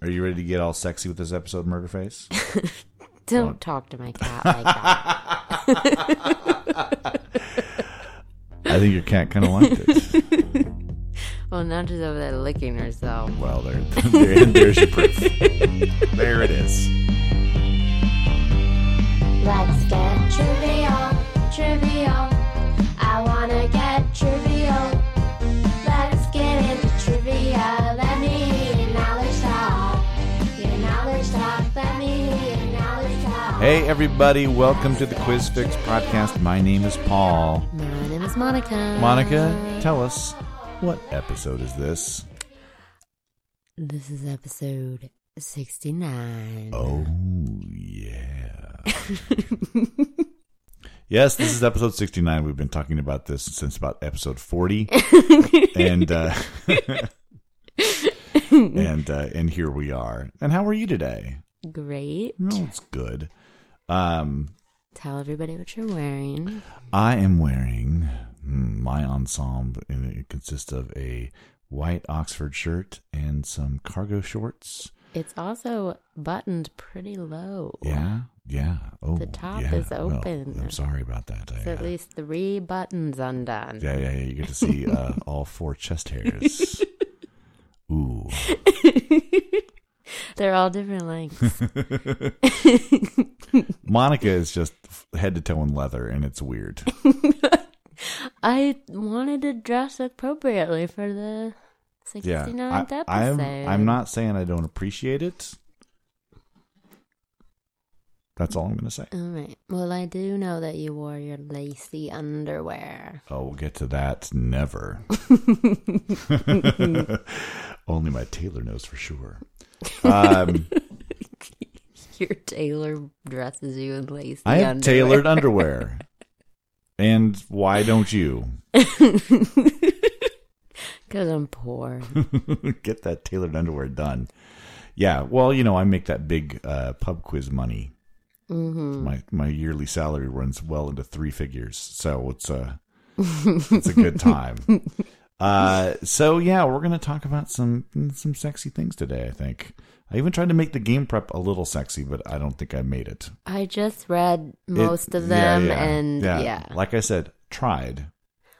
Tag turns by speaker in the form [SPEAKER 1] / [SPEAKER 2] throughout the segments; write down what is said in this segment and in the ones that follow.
[SPEAKER 1] Are you ready to get all sexy with this episode, Murderface?
[SPEAKER 2] Don't, talk to my cat like that.
[SPEAKER 1] I think your cat kind of liked it.
[SPEAKER 2] well, now she's over there licking herself.
[SPEAKER 1] Well, there, there, there's your proof. There it is.
[SPEAKER 3] Let's get trivial, trivial. I wanna get trivial. Let's get into trivia. Let me hear your knowledge talk. Your knowledge talk. Let me hear your knowledge talk.
[SPEAKER 1] Hey, everybody, welcome to the Quiz Fix podcast. My name is Paul.
[SPEAKER 2] My name is Monica.
[SPEAKER 1] Monica, tell us what episode is this?
[SPEAKER 2] This is episode 69.
[SPEAKER 1] Oh, yeah. yes, this is episode 69. We've been talking about this since about episode 40. and, uh,. and uh, and here we are. And how are you today?
[SPEAKER 2] Great.
[SPEAKER 1] No, it's good. Um,
[SPEAKER 2] Tell everybody what you're wearing.
[SPEAKER 1] I am wearing mm, my ensemble, and it consists of a white Oxford shirt and some cargo shorts.
[SPEAKER 2] It's also buttoned pretty low.
[SPEAKER 1] Yeah, yeah. Oh,
[SPEAKER 2] The top
[SPEAKER 1] yeah.
[SPEAKER 2] is
[SPEAKER 1] Well,
[SPEAKER 2] open.
[SPEAKER 1] I'm sorry about that. I,
[SPEAKER 2] It's at
[SPEAKER 1] uh,
[SPEAKER 2] least three buttons undone.
[SPEAKER 1] yeah, yeah, yeah. You get to see uh, all four chest hairs. Ooh,
[SPEAKER 2] They're all different lengths.
[SPEAKER 1] Monica is just head to toe in leather, and it's weird.
[SPEAKER 2] I wanted to dress appropriately for the 69th
[SPEAKER 1] Yeah,
[SPEAKER 2] episode.
[SPEAKER 1] I, am I'm not saying I don't appreciate it. That's all I'm going to say.
[SPEAKER 2] All right. Well, I do know that you wore your lacy underwear.
[SPEAKER 1] Oh, we'll get to that. Never. Only my tailor knows for sure. Um,
[SPEAKER 2] Your tailor dresses you in lacy
[SPEAKER 1] I have
[SPEAKER 2] underwear.
[SPEAKER 1] tailored underwear. And why don't you
[SPEAKER 2] Because I'm poor.
[SPEAKER 1] get that tailored underwear done? Yeah, well, you know, I make that big uh, pub quiz money. Mm-hmm. My my yearly salary runs well into three figures, so it's a it's a good time. Uh, so yeah, we're gonna talk about some some sexy things today. I think I even tried to make the game prep a little sexy, but I don't think I made it.
[SPEAKER 2] I just read
[SPEAKER 1] It-
[SPEAKER 2] most of
[SPEAKER 1] yeah,
[SPEAKER 2] them,
[SPEAKER 1] yeah,
[SPEAKER 2] and yeah.
[SPEAKER 1] like I said, tried.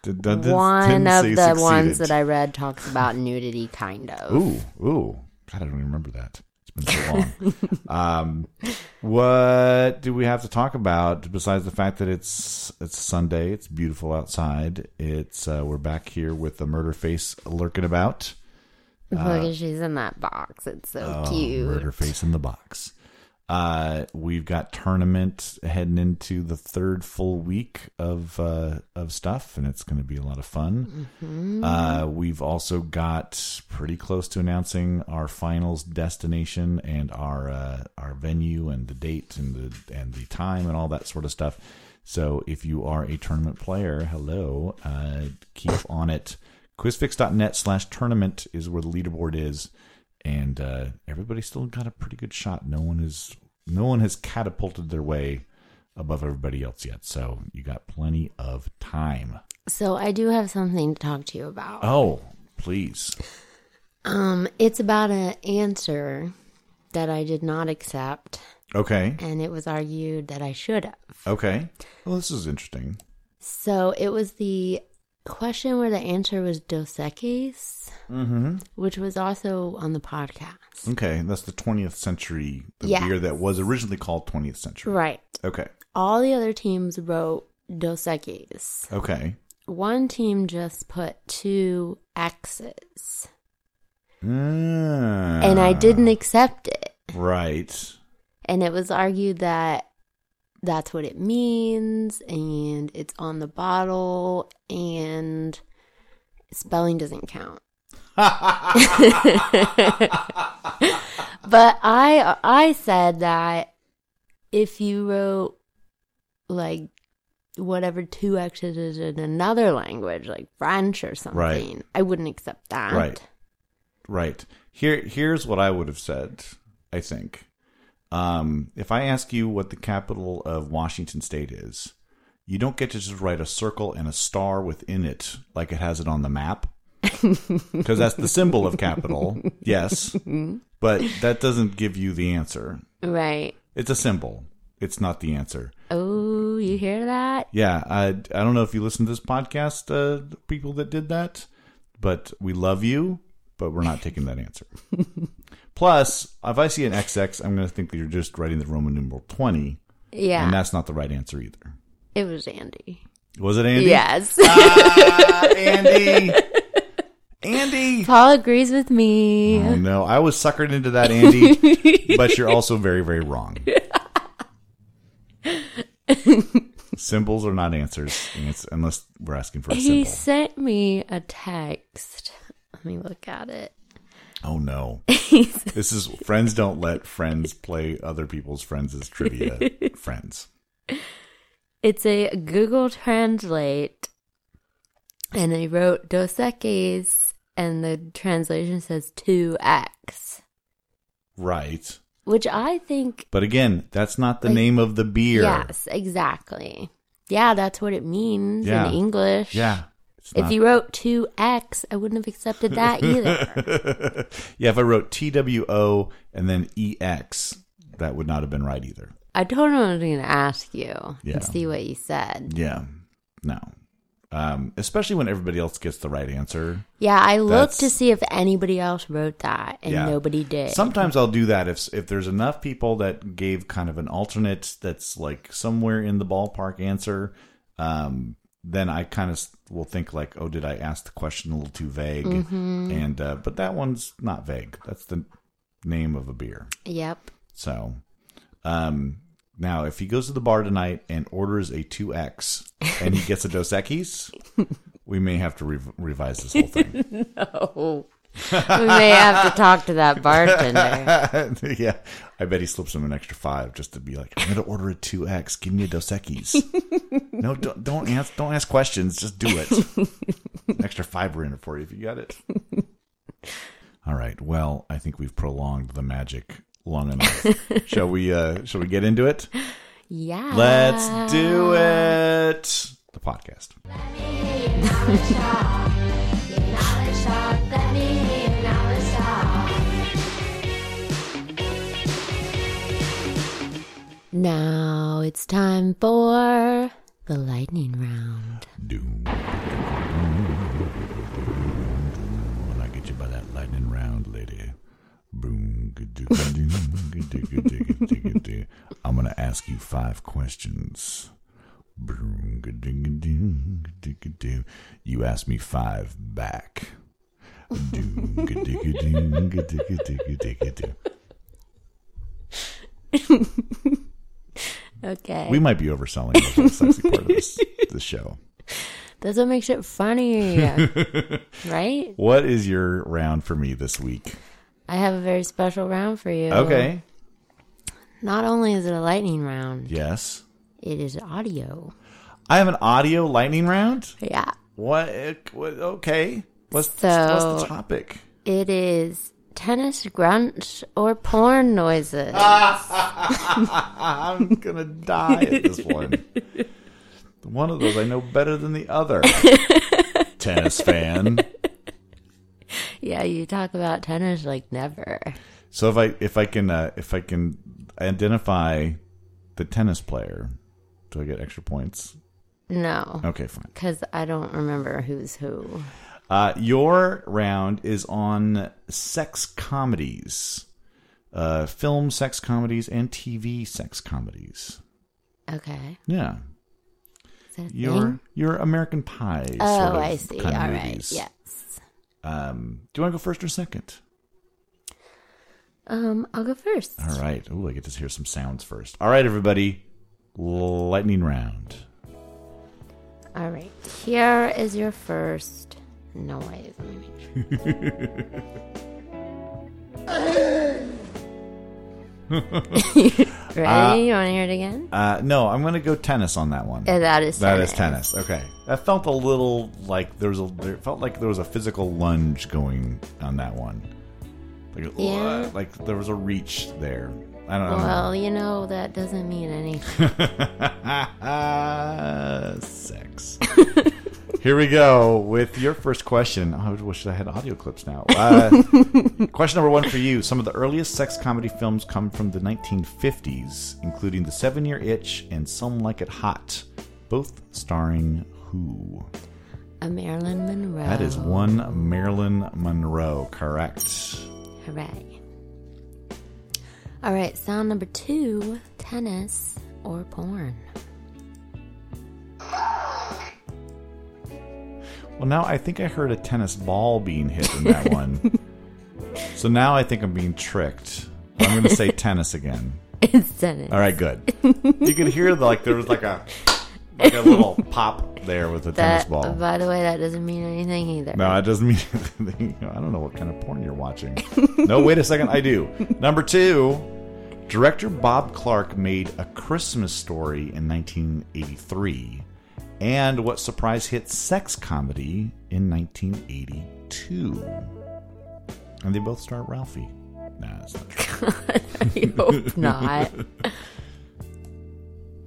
[SPEAKER 1] Did- did- did-
[SPEAKER 2] One
[SPEAKER 1] didn't
[SPEAKER 2] of
[SPEAKER 1] say
[SPEAKER 2] the ones
[SPEAKER 1] succeeded.
[SPEAKER 2] that I read talks about nudity, kind of.
[SPEAKER 1] Ooh, ooh. God, I don't even remember that. It's been so long. um, what do we have to talk about besides the fact that it's it's Sunday, it's beautiful outside, it's uh, we're back here with the murder face lurking about.
[SPEAKER 2] Look, at she's in that box. It's so
[SPEAKER 1] uh, Oh,
[SPEAKER 2] cute.
[SPEAKER 1] Murder face in the box. Uh, we've got tournament heading into the third full week of uh, of stuff, and it's going to be a lot of fun. Uh, we've also got pretty close to announcing our finals destination and our uh, our venue and the date and the and the time and all that sort of stuff. So if you are a tournament player, hello, uh, keep on it. Quizfix.net slash tournament is where the leaderboard is and uh, everybody's still got a pretty good shot. No one is no one has catapulted their way above everybody else yet, so you got plenty of time.
[SPEAKER 2] So I do have something to talk to you about.
[SPEAKER 1] Oh, please.
[SPEAKER 2] Um, it's about an answer that I did not accept,
[SPEAKER 1] Okay.
[SPEAKER 2] and it was argued that I should have.
[SPEAKER 1] Okay. Well, this is interesting.
[SPEAKER 2] So it was the question where the answer was Dos Equis, which was also on the podcast.
[SPEAKER 1] Okay, that's the 20th century the
[SPEAKER 2] Yes.
[SPEAKER 1] beer that was originally called 20th century.
[SPEAKER 2] Right.
[SPEAKER 1] Okay.
[SPEAKER 2] All the other teams wrote Dos Equis.
[SPEAKER 1] Okay.
[SPEAKER 2] One team just put two X's, and
[SPEAKER 1] Ah.
[SPEAKER 2] I didn't accept it.
[SPEAKER 1] Right.
[SPEAKER 2] And it was argued that that's what it means and it's on the bottle and spelling doesn't count.
[SPEAKER 1] Ah.
[SPEAKER 2] but I I said that if you wrote like whatever two X's is in another language, like French or something, I wouldn't accept that.
[SPEAKER 1] Right. Right. Here here's what I would have said, I think. Um, if I ask you what the capital of Washington state is, you don't get to just write a circle and a star within it like it has it on the map. Because that's the symbol of capital. Yes. But that doesn't give you the answer.
[SPEAKER 2] Right.
[SPEAKER 1] It's a symbol. It's not the answer.
[SPEAKER 2] Oh, you hear that?
[SPEAKER 1] Yeah, I I don't know if you listen to this podcast, uh, the people that did that, but we love you, but we're not taking that answer. Plus, if I see an XX, I'm going to think that you're just writing the Roman numeral twenty, and
[SPEAKER 2] Yeah.
[SPEAKER 1] that's not the right answer either.
[SPEAKER 2] It was Andy.
[SPEAKER 1] Was it Andy?
[SPEAKER 2] Yes.
[SPEAKER 1] Ah, Andy. Andy.
[SPEAKER 2] Paul agrees with me.
[SPEAKER 1] Oh no, I was suckered into that, Andy. but you're also very, very wrong. Symbols are not answers ans- unless we're asking for a
[SPEAKER 2] He
[SPEAKER 1] symbol.
[SPEAKER 2] sent me a text. Let me look at it.
[SPEAKER 1] Oh no,
[SPEAKER 2] He's,
[SPEAKER 1] this is friends don't let friends play other people's friends as trivia friends.
[SPEAKER 2] it's a Google Translate, and I wrote Dos Equis, and the translation says 2x,
[SPEAKER 1] Right,
[SPEAKER 2] which I think,
[SPEAKER 1] but again, that's not the name of the beer.
[SPEAKER 2] yes, exactly. Yeah, that's what it means
[SPEAKER 1] Yeah.
[SPEAKER 2] in English.
[SPEAKER 1] Yeah. It's
[SPEAKER 2] If
[SPEAKER 1] not-
[SPEAKER 2] you wrote 2x, I wouldn't have accepted that either.
[SPEAKER 1] yeah, if I wrote T W O and then E X, that would not have been right either.
[SPEAKER 2] I told him I was going to ask you
[SPEAKER 1] Yeah.
[SPEAKER 2] and see what you said.
[SPEAKER 1] Yeah. No. Um, especially when everybody else gets the right answer.
[SPEAKER 2] Yeah, I looked to
[SPEAKER 1] That's-
[SPEAKER 2] see if anybody else wrote that, and
[SPEAKER 1] Yeah.
[SPEAKER 2] nobody did.
[SPEAKER 1] Sometimes I'll do that if if there's enough people that gave kind of an alternate that's like somewhere in the ballpark answer. Um, then I kind of will think like, oh, did I ask the question a little too vague? And uh, but that one's not vague. That's the name of a beer.
[SPEAKER 2] Yep.
[SPEAKER 1] So, um, now if he goes to the bar tonight and orders a 2X and he gets a Dos Equis, we may have to re- revise this whole thing.
[SPEAKER 2] Oh. we may have to talk to that bartender.
[SPEAKER 1] yeah. I bet he slips him an extra five just to be like, I'm going to order a 2X. Give me a Dos Equis. no, don't, don't, ask, don't ask questions. Just do it. An extra fiber in it for you if you got it. All right. Well, I think we've prolonged the magic long enough. shall we uh shall we get into it?
[SPEAKER 2] Yeah.
[SPEAKER 1] Let's do it. The podcast.
[SPEAKER 3] Let me hear your knowledge talk. Your knowledge talk. Let me hear your knowledge talk.
[SPEAKER 2] Now it's time for the lightning round.
[SPEAKER 1] Doom. When I get you by that lightning round, lady. Boom. I'm going to ask you five questions. Boom. You ask me five back.
[SPEAKER 2] Okay.
[SPEAKER 1] We might be overselling the whole sexy part of this, this show.
[SPEAKER 2] That's what makes it funny. right?
[SPEAKER 1] What is your round for me this week?
[SPEAKER 2] I have a very special round for you.
[SPEAKER 1] Okay.
[SPEAKER 2] Not only is it a lightning round,
[SPEAKER 1] Yes.
[SPEAKER 2] it is audio.
[SPEAKER 1] I have an audio lightning round.
[SPEAKER 2] Yeah.
[SPEAKER 1] What? what okay. What's,
[SPEAKER 2] So-
[SPEAKER 1] what's the topic?
[SPEAKER 2] It is tennis grunts or porn noises.
[SPEAKER 1] Uh. I'm gonna die at this one. One of those I know better than the other. Tennis fan.
[SPEAKER 2] yeah, you talk about tennis like never.
[SPEAKER 1] So if I if I can uh, if I can identify the tennis player, do I get extra points?
[SPEAKER 2] No.
[SPEAKER 1] Okay, fine.
[SPEAKER 2] Because I don't remember who's who.
[SPEAKER 1] Uh, your round is on sex comedies, uh, film sex comedies, and TV sex comedies.
[SPEAKER 2] Okay.
[SPEAKER 1] Yeah,
[SPEAKER 2] Is that a
[SPEAKER 1] your
[SPEAKER 2] thing?
[SPEAKER 1] your American Pie.
[SPEAKER 2] Oh,
[SPEAKER 1] sort of
[SPEAKER 2] I see. All
[SPEAKER 1] kind of
[SPEAKER 2] right.
[SPEAKER 1] movies.
[SPEAKER 2] Yes.
[SPEAKER 1] Um, do you want to go first or second?
[SPEAKER 2] Um, I'll go first.
[SPEAKER 1] All right. Ooh, I get to hear some sounds first. All right, everybody. Lightning round.
[SPEAKER 2] All right. Here is your first noise. Let me make sure. Ready? you want to hear it again?
[SPEAKER 1] Uh, no, I'm going to go tennis on that one.
[SPEAKER 2] Yeah, that is
[SPEAKER 1] That is
[SPEAKER 2] tennis.
[SPEAKER 1] tennis. Okay. That felt a little like there was a there felt like there was a physical lunge going on that one. Like
[SPEAKER 2] Yeah.
[SPEAKER 1] like there was a reach there. I don't
[SPEAKER 2] Well, you know that doesn't mean anything.
[SPEAKER 1] know. Sex. Uh, Here we go with your first question. Oh, I wish I had audio clips now. Uh, question number one for you. Some of the earliest sex comedy films come from the 1950s, including The Seven Year Itch and Some Like It Hot, both starring who?
[SPEAKER 2] A Marilyn Monroe.
[SPEAKER 1] That is one Marilyn Monroe, correct?
[SPEAKER 2] Hooray. All right, sound number two tennis or porn?
[SPEAKER 1] Well, now I think I heard a tennis ball being hit in that one. so now I think I'm being tricked. I'm going to say tennis again.
[SPEAKER 2] It's tennis.
[SPEAKER 1] All right, good. You could hear the, like there was like a like a little pop there with the tennis
[SPEAKER 2] That,
[SPEAKER 1] ball.
[SPEAKER 2] by the way, that doesn't mean anything either.
[SPEAKER 1] No, it doesn't mean anything. I don't know what kind of porn you're watching. no, wait a second, I do. Number two, director Bob Clark made A Christmas Story in 1983, and what surprise hit sex comedy in 1982. And they both star Ralphie. Nah, that's not true.
[SPEAKER 2] I hope not.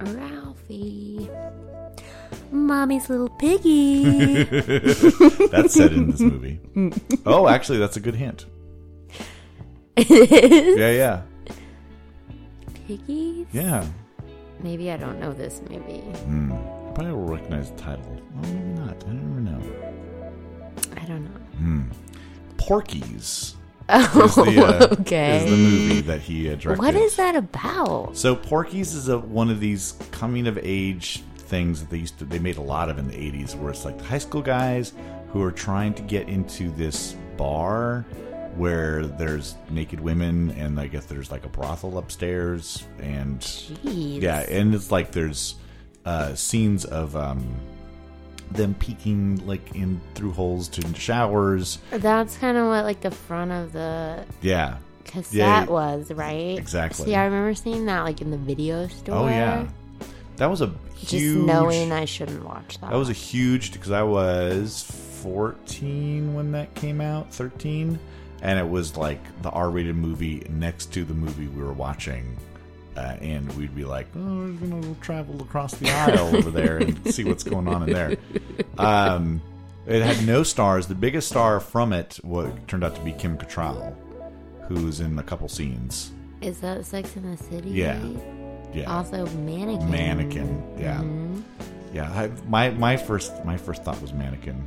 [SPEAKER 2] Ralphie. Mommy's little piggy.
[SPEAKER 1] That's said in this movie.
[SPEAKER 2] Mm.
[SPEAKER 1] Oh, actually, that's a good hint. Yeah, yeah,
[SPEAKER 2] Piggies?
[SPEAKER 1] yeah.
[SPEAKER 2] Maybe I don't know this movie.
[SPEAKER 1] Probably will recognize the title. Oh, maybe not. I don't never know.
[SPEAKER 2] I don't know.
[SPEAKER 1] Porky's.
[SPEAKER 2] Oh,
[SPEAKER 1] is the, uh,
[SPEAKER 2] okay.
[SPEAKER 1] is the movie that he uh, directed.
[SPEAKER 2] what is that about?
[SPEAKER 1] So Porky's is a, one of these coming of age things that they used to they made a lot of in the 80s where it's like the high school guys who are trying to get into this bar where there's naked women and I guess there's like a brothel upstairs and
[SPEAKER 2] Jeez.
[SPEAKER 1] yeah, and it's like there's uh, scenes of um, them peeking like in through holes to showers.
[SPEAKER 2] That's kind of what like the front of the
[SPEAKER 1] Yeah.
[SPEAKER 2] cassette
[SPEAKER 1] Yeah.
[SPEAKER 2] was, right?
[SPEAKER 1] Exactly.
[SPEAKER 2] See, I remember seeing that like in the video store.
[SPEAKER 1] Oh yeah. That was a huge
[SPEAKER 2] Just knowing I shouldn't watch that.
[SPEAKER 1] That was a huge because I was 14 when that came out, 13, and it was like the R-rated movie next to the movie we were watching, uh, and we'd be like, "Oh, we're gonna travel across the aisle over there and see what's going on in there." Um, it had no stars. The biggest star from it wa turned out to be Kim Cattrall, who's in a couple scenes.
[SPEAKER 2] Is that Sex in the City?
[SPEAKER 1] Yeah. Yeah,
[SPEAKER 2] Also, mannequin.
[SPEAKER 1] mannequin. Yeah, yeah. I, my my first my first thought was mannequin,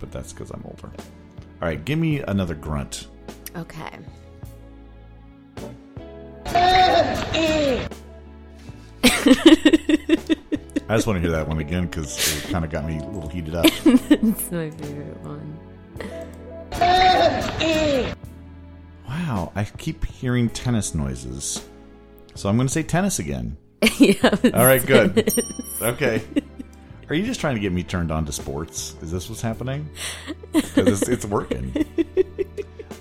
[SPEAKER 1] but that's because I'm older. All right, give me another grunt.
[SPEAKER 2] Okay.
[SPEAKER 1] I just want to hear that one again because it kind of got me a little heated up.
[SPEAKER 2] It's my favorite one.
[SPEAKER 1] wow, I keep hearing tennis noises, so I'm going to say tennis again.
[SPEAKER 2] yeah.
[SPEAKER 1] All right, good. Okay. Are you just trying to get me turned on to sports? Is this what's happening? 'Cause it's, it's working.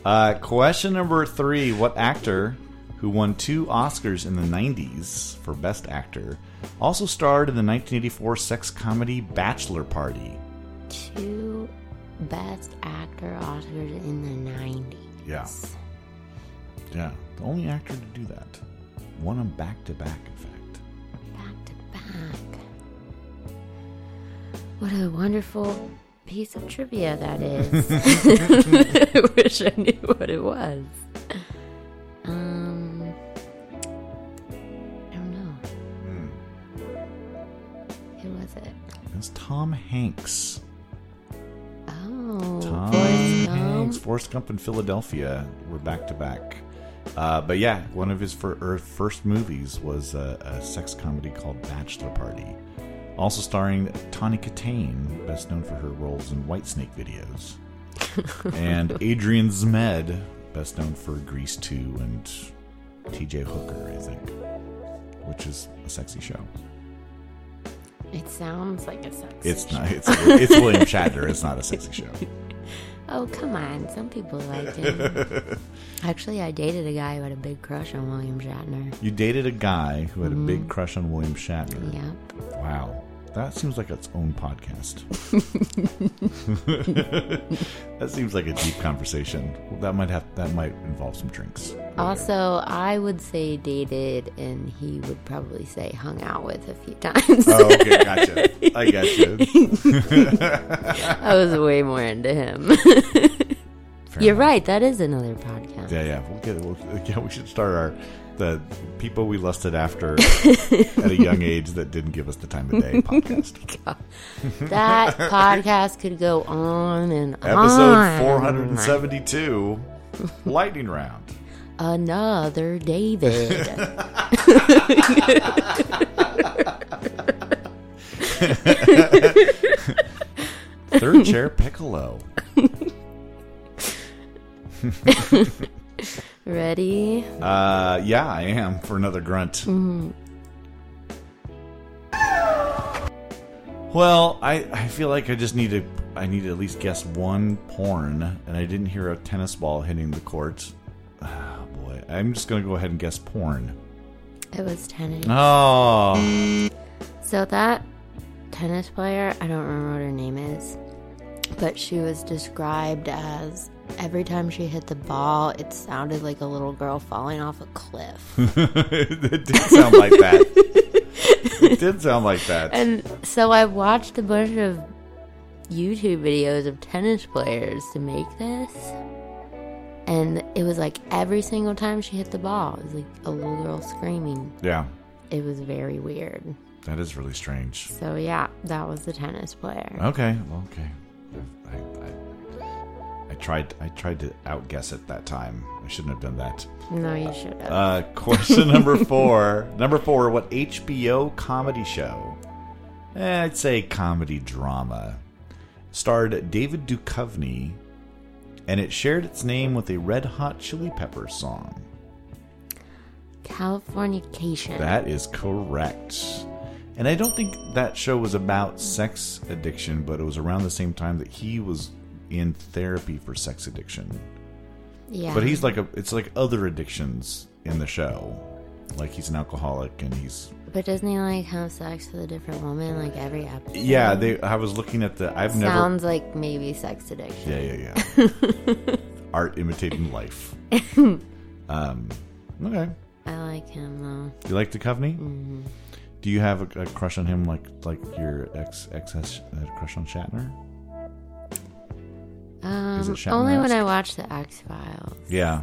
[SPEAKER 1] Uh, question number three What actor who won two Oscars in the 90s for Best Actor also starred in the 1984 sex comedy Bachelor Party?
[SPEAKER 2] Two best actor Oscars in the 90s.
[SPEAKER 1] Yeah. Yeah. The only actor to do that. Won them back to back, in fact.
[SPEAKER 2] Back to back. What a wonderful piece of trivia that is. I wish I knew what it was. Um, I don't know.
[SPEAKER 1] Hmm.
[SPEAKER 2] Who was it?
[SPEAKER 1] It's Tom Hanks.
[SPEAKER 2] Oh,
[SPEAKER 1] Tom
[SPEAKER 2] Forrest
[SPEAKER 1] Hanks,
[SPEAKER 2] Gump.
[SPEAKER 1] Forrest Gump in Philadelphia were back to back. Uh, But yeah, one of his fir- er, first movies was a, a sex comedy called Bachelor Party, also starring Tawny Katane, best known for her roles in Whitesnake videos, and Adrian Zmed, best known for Grease 2 and TJ Hooker, I think, which is a sexy show.
[SPEAKER 2] It sounds like a sex.
[SPEAKER 1] It's not. It's, it's William Shatner. It's not a sexy show.
[SPEAKER 2] Oh, come on. Some people like him. Actually, I dated a guy who had a big crush on William Shatner.
[SPEAKER 1] You dated a guy who had a big crush on William Shatner.
[SPEAKER 2] Yep.
[SPEAKER 1] Wow. That seems like its own podcast. that seems like a deep conversation. That might have that might involve some drinks.
[SPEAKER 2] Also, I would say dated, and he would probably say hung out with a few times.
[SPEAKER 1] Oh, okay, gotcha. I gotcha.
[SPEAKER 2] I was way more into him.
[SPEAKER 1] Fair
[SPEAKER 2] You're
[SPEAKER 1] enough.
[SPEAKER 2] right. That is another podcast.
[SPEAKER 1] Yeah, yeah. We'll get. We'll, yeah, we should start our the people we lusted after at a young age that didn't give us the time of day podcast.
[SPEAKER 2] That podcast could go on and
[SPEAKER 1] Episode
[SPEAKER 2] on.
[SPEAKER 1] four hundred and seventy-two, lightning round.
[SPEAKER 2] Another David.
[SPEAKER 1] Third chair piccolo.
[SPEAKER 2] Ready?
[SPEAKER 1] Uh, yeah, I am for another grunt. Well, I, I feel like I just need to I need to at least guess one porn, and I didn't hear a tennis ball hitting the court. Oh boy, I'm just gonna go ahead and guess porn.
[SPEAKER 2] It was tennis.
[SPEAKER 1] Oh,
[SPEAKER 2] So that tennis player, I don't remember what her name is, but she was described as every time she hit the ball, it sounded like a little girl falling off a cliff.
[SPEAKER 1] it did sound like that. it did sound like that.
[SPEAKER 2] and so I watched a bunch of YouTube videos of tennis players to make this. And it was like every single time she hit the ball, it was like a little girl screaming.
[SPEAKER 1] yeah,
[SPEAKER 2] It was very weird.
[SPEAKER 1] that is really strange.
[SPEAKER 2] So yeah, that was the tennis player.
[SPEAKER 1] Okay, well, okay. I, I, I tried. I tried to outguess it that time. I shouldn't have done that.
[SPEAKER 2] No, you should have.
[SPEAKER 1] Uh, question number four. number four. What HBO comedy show? Eh, I'd say comedy drama. Starred David Duchovny, and it shared its name with a Red Hot Chili Peppers song.
[SPEAKER 2] Californication.
[SPEAKER 1] That is correct. And I don't think that show was about sex addiction, but it was around the same time that he was in therapy for sex addiction.
[SPEAKER 2] yeah.
[SPEAKER 1] But he's like a it's like other addictions in the show. Like he's an alcoholic and he's
[SPEAKER 2] But doesn't he like have sex with a different woman like every episode?
[SPEAKER 1] Yeah, they I was looking at the I've never
[SPEAKER 2] Sounds like maybe sex addiction.
[SPEAKER 1] Yeah, yeah, yeah. Art imitating life. um okay.
[SPEAKER 2] I like him though.
[SPEAKER 1] You like Duchovny? mm Do you have a, a crush on him like like your ex ex has a crush on Shatner?
[SPEAKER 2] Um,
[SPEAKER 1] Is it
[SPEAKER 2] only when
[SPEAKER 1] Shatner-esque?
[SPEAKER 2] I watch the X Files.
[SPEAKER 1] Yeah.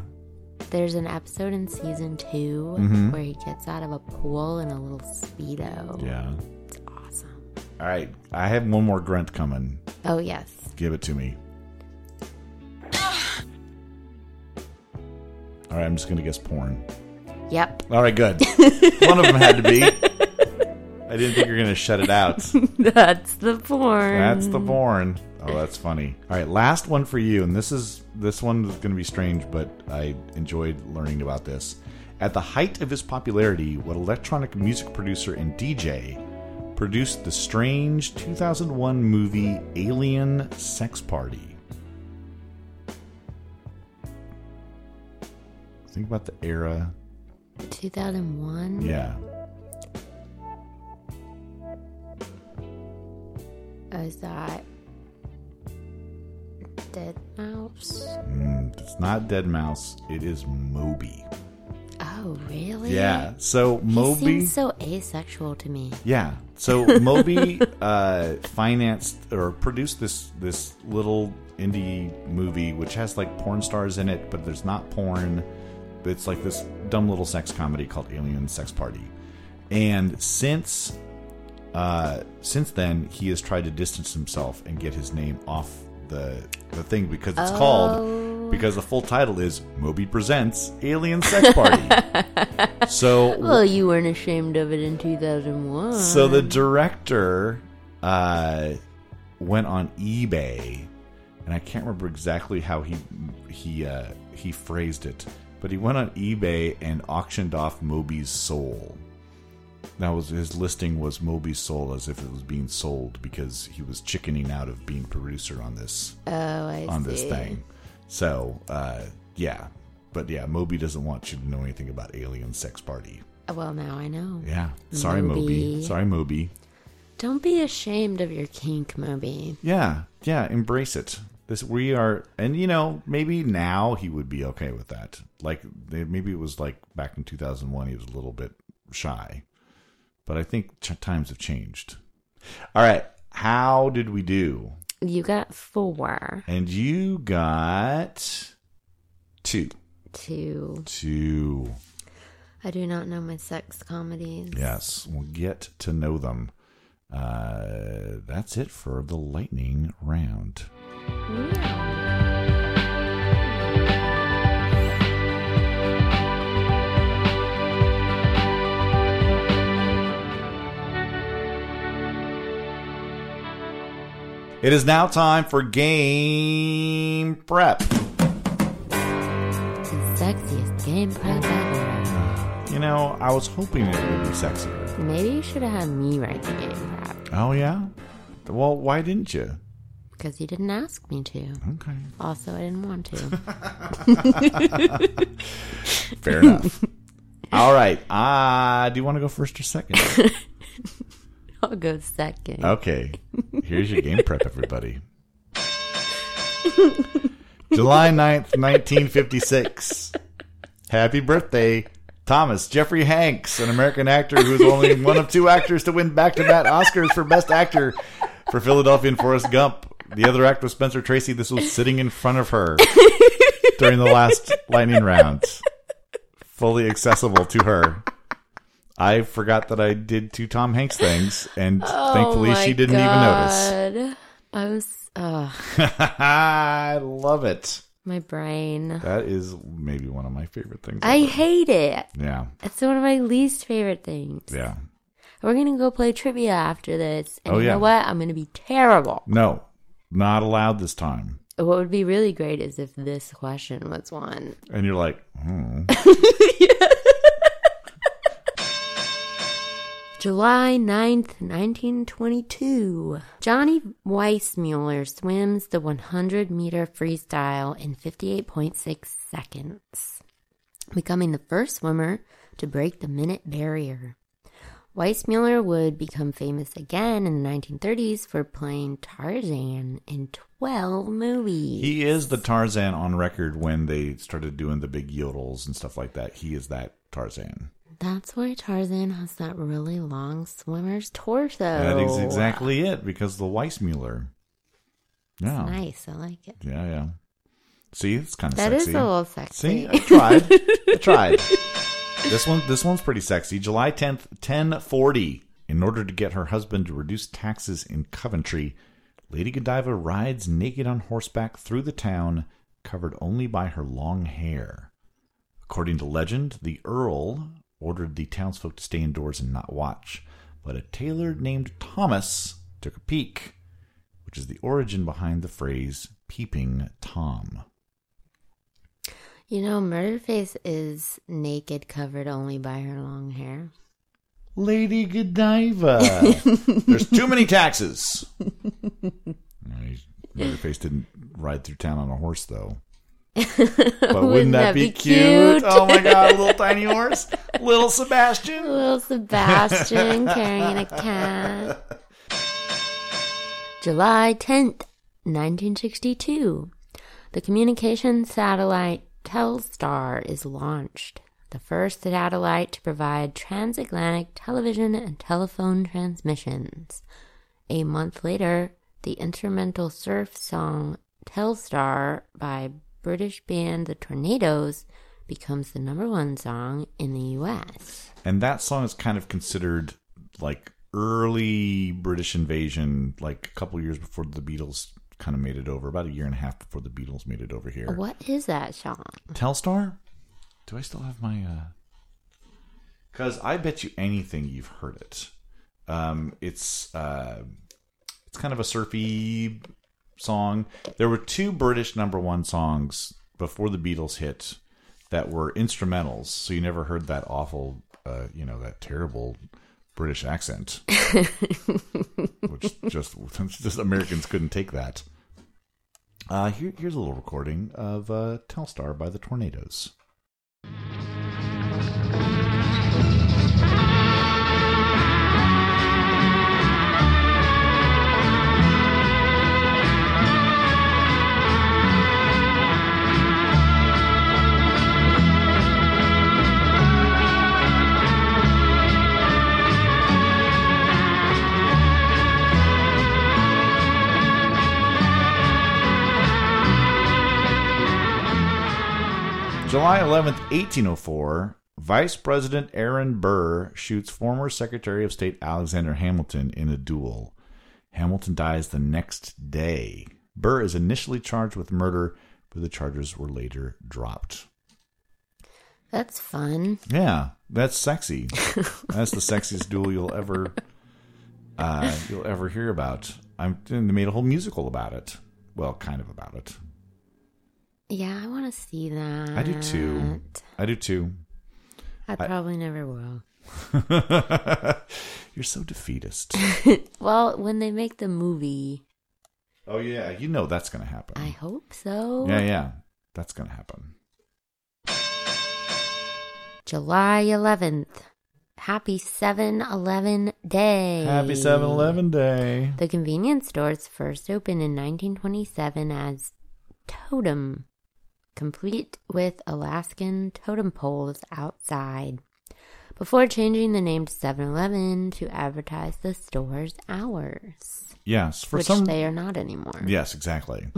[SPEAKER 2] There's an episode in season 2 where he gets out of a pool in a little speedo.
[SPEAKER 1] Mm-hmm. Yeah.
[SPEAKER 2] It's awesome.
[SPEAKER 1] All right. I have one more grunt coming.
[SPEAKER 2] Oh yes,
[SPEAKER 1] Give it to me. All right. I'm just going to guess porn.
[SPEAKER 2] yep.
[SPEAKER 1] All right. Good. one of them had to be. I didn't think you were going to shut it out.
[SPEAKER 2] That's the porn.
[SPEAKER 1] That's the porn. Oh, that's funny. All right, last one for you, and this is this one is going to be strange, but I enjoyed learning about this. At the height of his popularity, what electronic music producer and DJ produced the strange 2001 movie Alien Sex Party? Think about the era.
[SPEAKER 2] 2001.
[SPEAKER 1] Yeah.
[SPEAKER 2] Oh, Is that Dead Mouse?
[SPEAKER 1] Mm, it's not Dead Mouse. It is Moby.
[SPEAKER 2] Oh really?
[SPEAKER 1] Yeah. So Moby.
[SPEAKER 2] He seems so asexual to me.
[SPEAKER 1] Yeah. So Moby uh, financed or produced this this little indie movie, which has like porn stars in it, but there's not porn. It's like this dumb little sex comedy called Alien Sex Party. And since uh, since then, he has tried to distance himself and get his name off the the thing because it's
[SPEAKER 2] Oh.
[SPEAKER 1] called because the full title is Moby presents Alien Sex Party. so
[SPEAKER 2] Well, you weren't ashamed of it in 2001.
[SPEAKER 1] so the director uh, went on eBay, and I can't remember exactly how he he uh, he phrased it, but he went on eBay and auctioned off Moby's soul. That was his listing was Moby's soul as if it was being sold because he was chickening out of being producer on this
[SPEAKER 2] oh, I
[SPEAKER 1] on
[SPEAKER 2] see.
[SPEAKER 1] this thing. So uh, yeah, but yeah, Moby doesn't want you to know anything about Alien Sex Party.
[SPEAKER 2] Uh, Well, now I know.
[SPEAKER 1] Yeah, sorry Moby,
[SPEAKER 2] Moby.
[SPEAKER 1] sorry Moby.
[SPEAKER 2] Don't be ashamed of your kink, Moby.
[SPEAKER 1] Yeah, yeah, embrace it. This we are, and you know, maybe now he would be okay with that. Like they- maybe it was like back in two thousand one, he was a little bit shy, but I think ch- times have changed. All right, how did we do?
[SPEAKER 2] You got four,
[SPEAKER 1] And you got two,
[SPEAKER 2] two.
[SPEAKER 1] two.
[SPEAKER 2] I do not know my sex comedies.
[SPEAKER 1] Yes, we'll get to know them. Uh, that's it for the lightning round. It is now time for game prep.
[SPEAKER 2] The sexiest game prep ever.
[SPEAKER 1] You know, I was hoping it would be sexier.
[SPEAKER 2] Maybe you should have had me write the game prep
[SPEAKER 1] Oh yeah. Well, why didn't you?
[SPEAKER 2] because you didn't ask me to.
[SPEAKER 1] Okay.
[SPEAKER 2] Also, I didn't want to.
[SPEAKER 1] Fair enough. All right. Uh, do you want to go first or second?
[SPEAKER 2] I'll go second.
[SPEAKER 1] Okay. Here's your game prep, everybody. July 9th, 1956. Happy birthday, Thomas Jeffrey Hanks, an American actor who is only one of two actors to win back to back Oscars for Best Actor for Philadelphia and Forrest Gump. The other actor was Spencer Tracy. This was sitting in front of her during the last lightning round, fully accessible to her. I forgot that I did two Tom Hanks things, and
[SPEAKER 2] Oh
[SPEAKER 1] thankfully she didn't even notice.
[SPEAKER 2] even notice. I was, ugh,
[SPEAKER 1] I love it.
[SPEAKER 2] my brain.
[SPEAKER 1] That is maybe one of my favorite things.
[SPEAKER 2] I
[SPEAKER 1] ever.
[SPEAKER 2] hate it.
[SPEAKER 1] yeah,
[SPEAKER 2] It's one of my least favorite things.
[SPEAKER 1] yeah.
[SPEAKER 2] We're gonna go play trivia after this. And
[SPEAKER 1] Oh,
[SPEAKER 2] you
[SPEAKER 1] yeah.
[SPEAKER 2] know what? I'm gonna be terrible.
[SPEAKER 1] No, not allowed this time.
[SPEAKER 2] What would be really great is if this question was one.
[SPEAKER 1] And you're like, hmm.
[SPEAKER 2] July 9th, 1922. Johnny Weissmuller swims the 100 meter freestyle in 58.6 seconds, becoming the first swimmer to break the minute barrier. Weissmuller would become famous again in the 1930s for playing Tarzan in 12 movies.
[SPEAKER 1] he is the Tarzan on record when they started doing the big yodels and stuff like that. He is that Tarzan.
[SPEAKER 2] That's why Tarzan has that really long swimmer's torso.
[SPEAKER 1] That is exactly it because the Weissmuller. Yeah.
[SPEAKER 2] Nice, I like it.
[SPEAKER 1] Yeah, yeah. See, it's kind of
[SPEAKER 2] That is
[SPEAKER 1] sexy.
[SPEAKER 2] a little sexy.
[SPEAKER 1] See, I tried. I tried. This one, this one's pretty sexy. July tenth, ten forty. In order to get her husband to reduce taxes in Coventry, Lady Godiva rides naked on horseback through the town, covered only by her long hair. According to legend, the Earl ordered the townsfolk to stay indoors and not watch, but a tailor named Thomas took a peek, which is the origin behind the phrase "peeping Tom."
[SPEAKER 2] You know, Murderface is naked, covered only by her long hair.
[SPEAKER 1] Lady Godiva. There's too many taxes. Leatherface didn't ride through town on a horse, though. But wouldn't, that, be, cute? Oh my god, a little tiny horse, little Sebastian.
[SPEAKER 2] Little Sebastian carrying a cat. July 10th, 1962. The communication satellite Telstar is launched, the first satellite to provide transatlantic television and telephone transmissions. A month later, the instrumental surf song Telstar by British band The Tornadoes becomes the number one song in the US.
[SPEAKER 1] And that song is kind of considered like early British invasion, like a couple years before the Beatles kind of made it over, about a year and a half before the Beatles made it over here.
[SPEAKER 2] What is that song?
[SPEAKER 1] Telstar? Do I still have my uh cuz I bet you anything you've heard it. Um it's uh it's kind of a surfy song. There were two British number 1 songs before the Beatles hit that were instrumentals. So you never heard that awful uh you know that terrible British accent. Which just just Americans couldn't take that. Uh, here, here's a little recording of uh, Telstar by the Tornadoes.
[SPEAKER 3] Thank
[SPEAKER 1] July 11th, 1804, Vice President Aaron Burr shoots former Secretary of State Alexander Hamilton in a duel. Hamilton dies the next day. Burr is initially charged with murder, but the charges were later dropped.
[SPEAKER 2] That's fun.
[SPEAKER 1] Yeah, that's sexy. that's the sexiest duel you'll ever uh, you'll ever hear about. I'm, they made a whole musical about it. Well, kind of about it.
[SPEAKER 2] Yeah, I want to see that.
[SPEAKER 1] I do too. I do too.
[SPEAKER 2] I probably never will.
[SPEAKER 1] You're so defeatist.
[SPEAKER 2] Well, when they make the movie,
[SPEAKER 1] Oh yeah, you know that's gonna happen.
[SPEAKER 2] I hope so.
[SPEAKER 1] yeah, yeah, that's gonna happen.
[SPEAKER 2] July 11th. Happy 7 11 day.
[SPEAKER 1] Happy 7-Eleven Day.
[SPEAKER 2] The convenience stores first opened in 1927 as Totem, complete with Alaskan totem poles outside, before changing the name to 7 Eleven to advertise the store's hours,
[SPEAKER 1] Yes, for
[SPEAKER 2] which
[SPEAKER 1] some
[SPEAKER 2] they are not anymore.
[SPEAKER 1] Yes, exactly.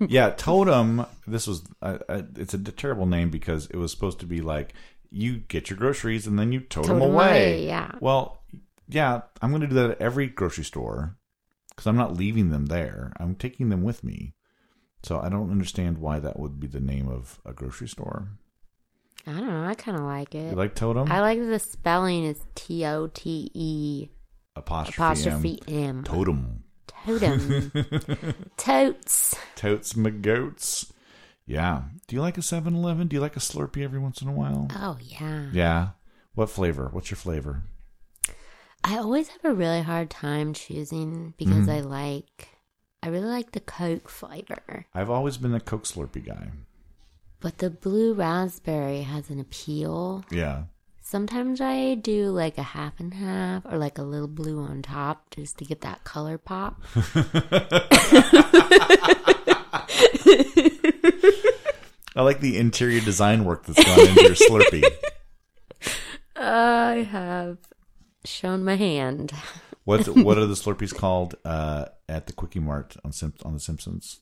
[SPEAKER 1] yeah, Totem. This was uh, uh, it's a terrible name because it was supposed to be like you get your groceries and then you tote,
[SPEAKER 2] Tote
[SPEAKER 1] them
[SPEAKER 2] 'em
[SPEAKER 1] away.
[SPEAKER 2] away, yeah.
[SPEAKER 1] Well, yeah, I'm going to do that at every grocery store because I'm not leaving them there. I'm taking them with me. So I don't understand why that would be the name of a grocery store.
[SPEAKER 2] I don't know. I kind of like
[SPEAKER 1] You
[SPEAKER 2] it.
[SPEAKER 1] like Totem?
[SPEAKER 2] I like that the spelling is T O T E
[SPEAKER 1] apostrophe,
[SPEAKER 2] apostrophe
[SPEAKER 1] M.
[SPEAKER 2] M.
[SPEAKER 1] Totem.
[SPEAKER 2] Totem. Totes.
[SPEAKER 1] Totes my goats. Yeah. Do you like a 7-Eleven? Do you like a Slurpee every once in a while?
[SPEAKER 2] Oh, yeah.
[SPEAKER 1] Yeah. What flavor? What's your flavor?
[SPEAKER 2] I always have a really hard time choosing because I like, I really like the Coke flavor,
[SPEAKER 1] I've always been a Coke Slurpee guy.
[SPEAKER 2] but the blue raspberry has an appeal.
[SPEAKER 1] Yeah.
[SPEAKER 2] Sometimes I do like a half and half or like a little blue on top just to get that color pop.
[SPEAKER 1] I like the interior design work that's gone into your Slurpee.
[SPEAKER 2] I have shown my hand.
[SPEAKER 1] What what are the Slurpees called uh, at the Quickie Mart on Sim- on the Simpsons?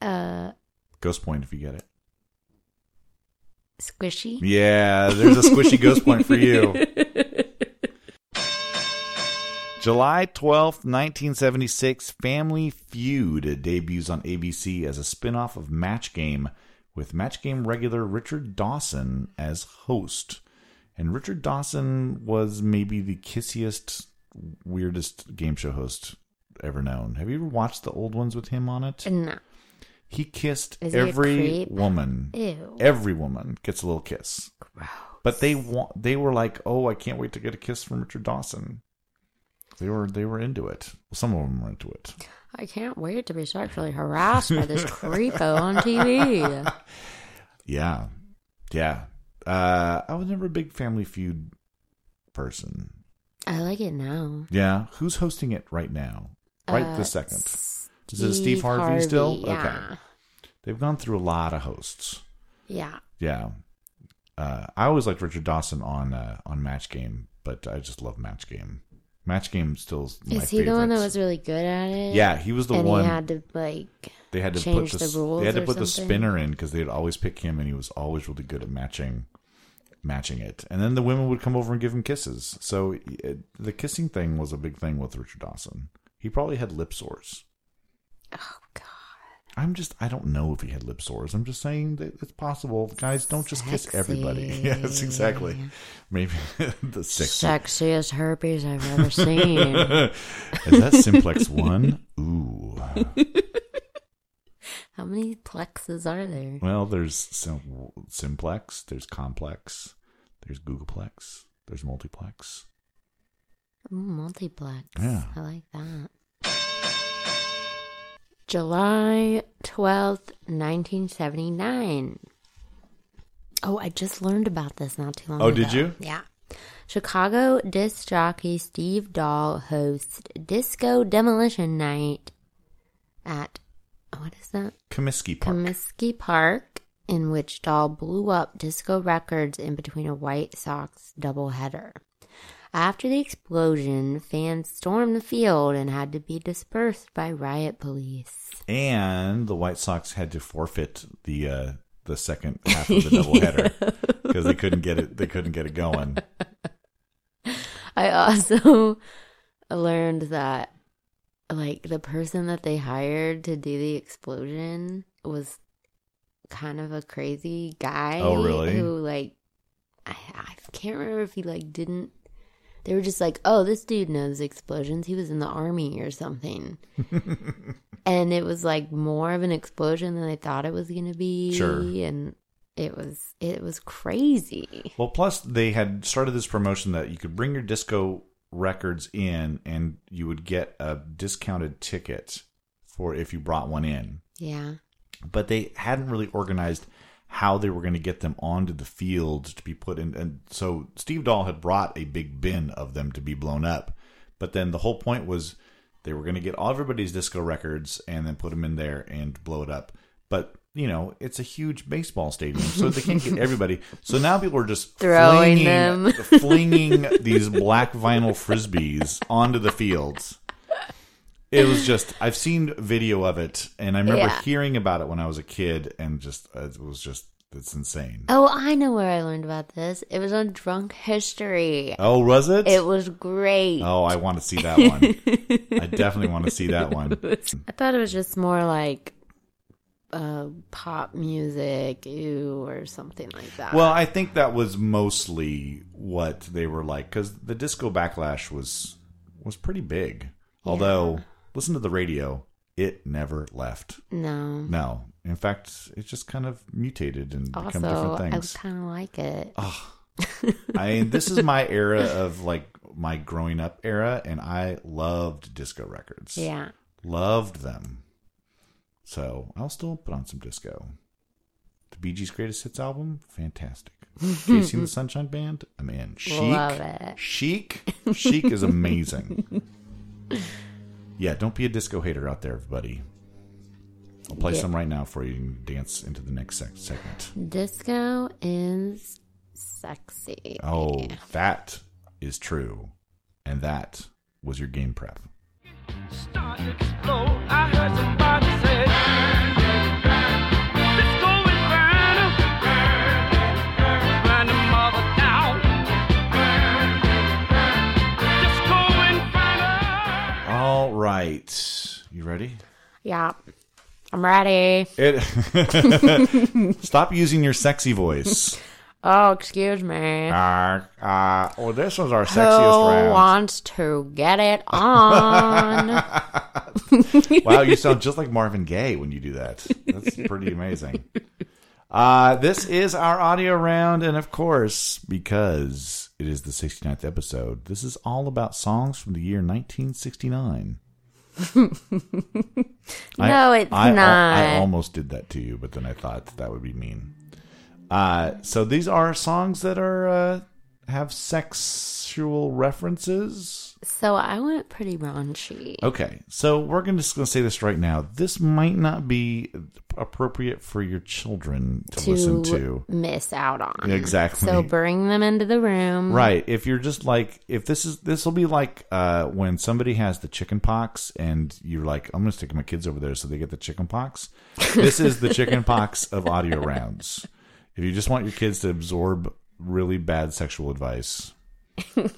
[SPEAKER 2] Uh,
[SPEAKER 1] Ghost Point, if you get it.
[SPEAKER 2] squishy.
[SPEAKER 1] Yeah, there's a squishy ghost point for you. July 12th, 1976, Family Feud debuts on ABC as a spin off of Match Game with Match Game regular Richard Dawson as host. And Richard Dawson was maybe the kissiest, weirdest game show host ever known. Have you ever watched the old ones with him on it?
[SPEAKER 2] No.
[SPEAKER 1] He kissed
[SPEAKER 2] Is he a
[SPEAKER 1] every
[SPEAKER 2] creep?
[SPEAKER 1] woman.
[SPEAKER 2] Ew.
[SPEAKER 1] Every woman gets a little kiss.
[SPEAKER 2] Gross.
[SPEAKER 1] But they want they were like, "Oh, I can't wait to get a kiss from Richard Dawson." They were they were into it. Well, some of them were into it.
[SPEAKER 2] I can't wait to be sexually harassed by this creepo on TV.
[SPEAKER 1] Yeah, yeah. Uh, I was never a big Family Feud person.
[SPEAKER 2] I like it now.
[SPEAKER 1] Yeah, who's hosting it right now? Right
[SPEAKER 2] Uh,
[SPEAKER 1] this second. Is it Steve Harvey still?
[SPEAKER 2] Yeah.
[SPEAKER 1] Okay. They've gone through a lot of hosts.
[SPEAKER 2] Yeah.
[SPEAKER 1] Yeah. Uh, I always liked Richard Dawson on uh, on Match Game, but I just love Match Game. Match Game still is my
[SPEAKER 2] Is he the one that
[SPEAKER 1] favorites.
[SPEAKER 2] was really good at it?
[SPEAKER 1] Yeah, he was the
[SPEAKER 2] and
[SPEAKER 1] one.
[SPEAKER 2] he had to like
[SPEAKER 1] they had to put
[SPEAKER 2] change
[SPEAKER 1] the,
[SPEAKER 2] the rules
[SPEAKER 1] they had to
[SPEAKER 2] or
[SPEAKER 1] put the
[SPEAKER 2] something?
[SPEAKER 1] spinner in because they'd always pick him and he was always really good at matching matching it and then the women would come over and give him kisses so it, the kissing thing was a big thing with richard dawson he probably had lip sores
[SPEAKER 2] oh god.
[SPEAKER 1] i'm just i don't know if he had lip sores i'm just saying that it's possible guys don't just kiss everybody
[SPEAKER 2] Sexy.
[SPEAKER 1] yes exactly maybe the six
[SPEAKER 2] Sexiest herpes I've ever seen.
[SPEAKER 1] is that simplex one ooh
[SPEAKER 2] How many plexes are there?
[SPEAKER 1] Well, there's sim- simplex, there's complex, there's googleplex, there's multiplex.
[SPEAKER 2] Ooh, multiplex.
[SPEAKER 1] Yeah.
[SPEAKER 2] I like that. July 12th, 1979. Oh, I just learned about this not too long
[SPEAKER 1] Oh,
[SPEAKER 2] ago.
[SPEAKER 1] did you?
[SPEAKER 2] Yeah. Chicago disc jockey Steve Dahl hosts Disco Demolition Night at, what is that?
[SPEAKER 1] Comiskey Park.
[SPEAKER 2] Comiskey Park, in which Dahl blew up disco records in between a White Sox doubleheader. After the explosion, fans stormed the field and had to be dispersed by riot police.
[SPEAKER 1] and the White Sox had to forfeit the uh, the second half of the doubleheader because they couldn't get it. They couldn't get it going.
[SPEAKER 2] I also learned that like the person that they hired to do the explosion was kind of a crazy guy.
[SPEAKER 1] Oh, really?
[SPEAKER 2] Who like I, I can't remember if he like didn't. They were just like, oh, this dude knows explosions. He was in the army or something. and it was like more of an explosion than I thought it was going to be.
[SPEAKER 1] Sure.
[SPEAKER 2] And it was it was crazy.
[SPEAKER 1] Well, plus they had started this promotion that you could bring your disco records in and you would get a discounted ticket for if you brought one in.
[SPEAKER 2] Yeah.
[SPEAKER 1] But they hadn't really organized how they were going to get them onto the field to be put in. And so Steve Dahl had brought a big bin of them to be blown up. But then the whole point was they were going to get all everybody's disco records and then put them in there and blow it up. But you know, it's a huge baseball stadium, so they can't get everybody. So now people are just
[SPEAKER 2] Throwing
[SPEAKER 1] flinging,
[SPEAKER 2] them.
[SPEAKER 1] flinging these black vinyl frisbees onto the fields. It was just I've seen video of it, and I remember
[SPEAKER 2] Yeah.
[SPEAKER 1] hearing about it when I was a kid, and just uh, it was just it's insane.
[SPEAKER 2] Oh, I know where I learned about this. It was on Drunk History.
[SPEAKER 1] Oh, was it?
[SPEAKER 2] It was great.
[SPEAKER 1] oh, I want to see that one. I definitely want to see that one.
[SPEAKER 2] I thought it was just more like uh, pop music, ew, or something like that.
[SPEAKER 1] Well, I think that was mostly what they were like because the disco backlash was was pretty big. Although, listen to the radio, it never left.
[SPEAKER 2] no.
[SPEAKER 1] No, in fact, it just kind of mutated and become
[SPEAKER 2] Also,
[SPEAKER 1] different
[SPEAKER 2] I
[SPEAKER 1] things.
[SPEAKER 2] kind of like it.
[SPEAKER 1] I mean, this is my era of like my growing up era, and I loved disco records.
[SPEAKER 2] yeah.
[SPEAKER 1] loved them. So I'll still put on some disco. The Bee Gees' greatest hits album, fantastic. Casey and the Sunshine Band, I'm in. Chic,
[SPEAKER 2] Love it.
[SPEAKER 1] chic, chic is amazing. yeah, don't be a disco hater out there, everybody. I'll play
[SPEAKER 2] Yeah.
[SPEAKER 1] some right now for you and dance into the next sec- segment.
[SPEAKER 2] Disco is sexy.
[SPEAKER 1] Oh, that is true, and that was your game prep.
[SPEAKER 4] Started slow. I heard somebody say, "Let's go and burn 'em. Burn 'em all down. Just go and burn 'em."
[SPEAKER 1] All right, you ready?
[SPEAKER 2] Yeah. I'm ready.
[SPEAKER 1] It stop using your sexy voice.
[SPEAKER 2] Oh, excuse me.
[SPEAKER 1] uh, uh, well, this was our
[SPEAKER 2] Who wants to get it on?
[SPEAKER 1] Wow, you sound just like Marvin Gaye when you do that. That's pretty amazing. Uh, this is our audio round, and of course, because it is the 69th episode, this is all about songs from the year 1969.
[SPEAKER 2] No, it's
[SPEAKER 1] I, al-
[SPEAKER 2] not.
[SPEAKER 1] I almost did that to you, but then I thought that would be mean. Uh, so these are songs that are uh, have sexual references.
[SPEAKER 2] so I went pretty raunchy.
[SPEAKER 1] Okay, so we're gonna just going to say this right now. This might not be appropriate for your children to, listen to.
[SPEAKER 2] miss out on.
[SPEAKER 1] Exactly.
[SPEAKER 2] So bring them into the room.
[SPEAKER 1] Mm-hmm. Right. If you're just like, if this is, this will be like uh, when somebody has the chicken pox and you're like, I'm going to stick my kids over there so they get the chicken pox. This is the chicken pox of audio rounds. If you just want your kids to absorb really bad sexual advice.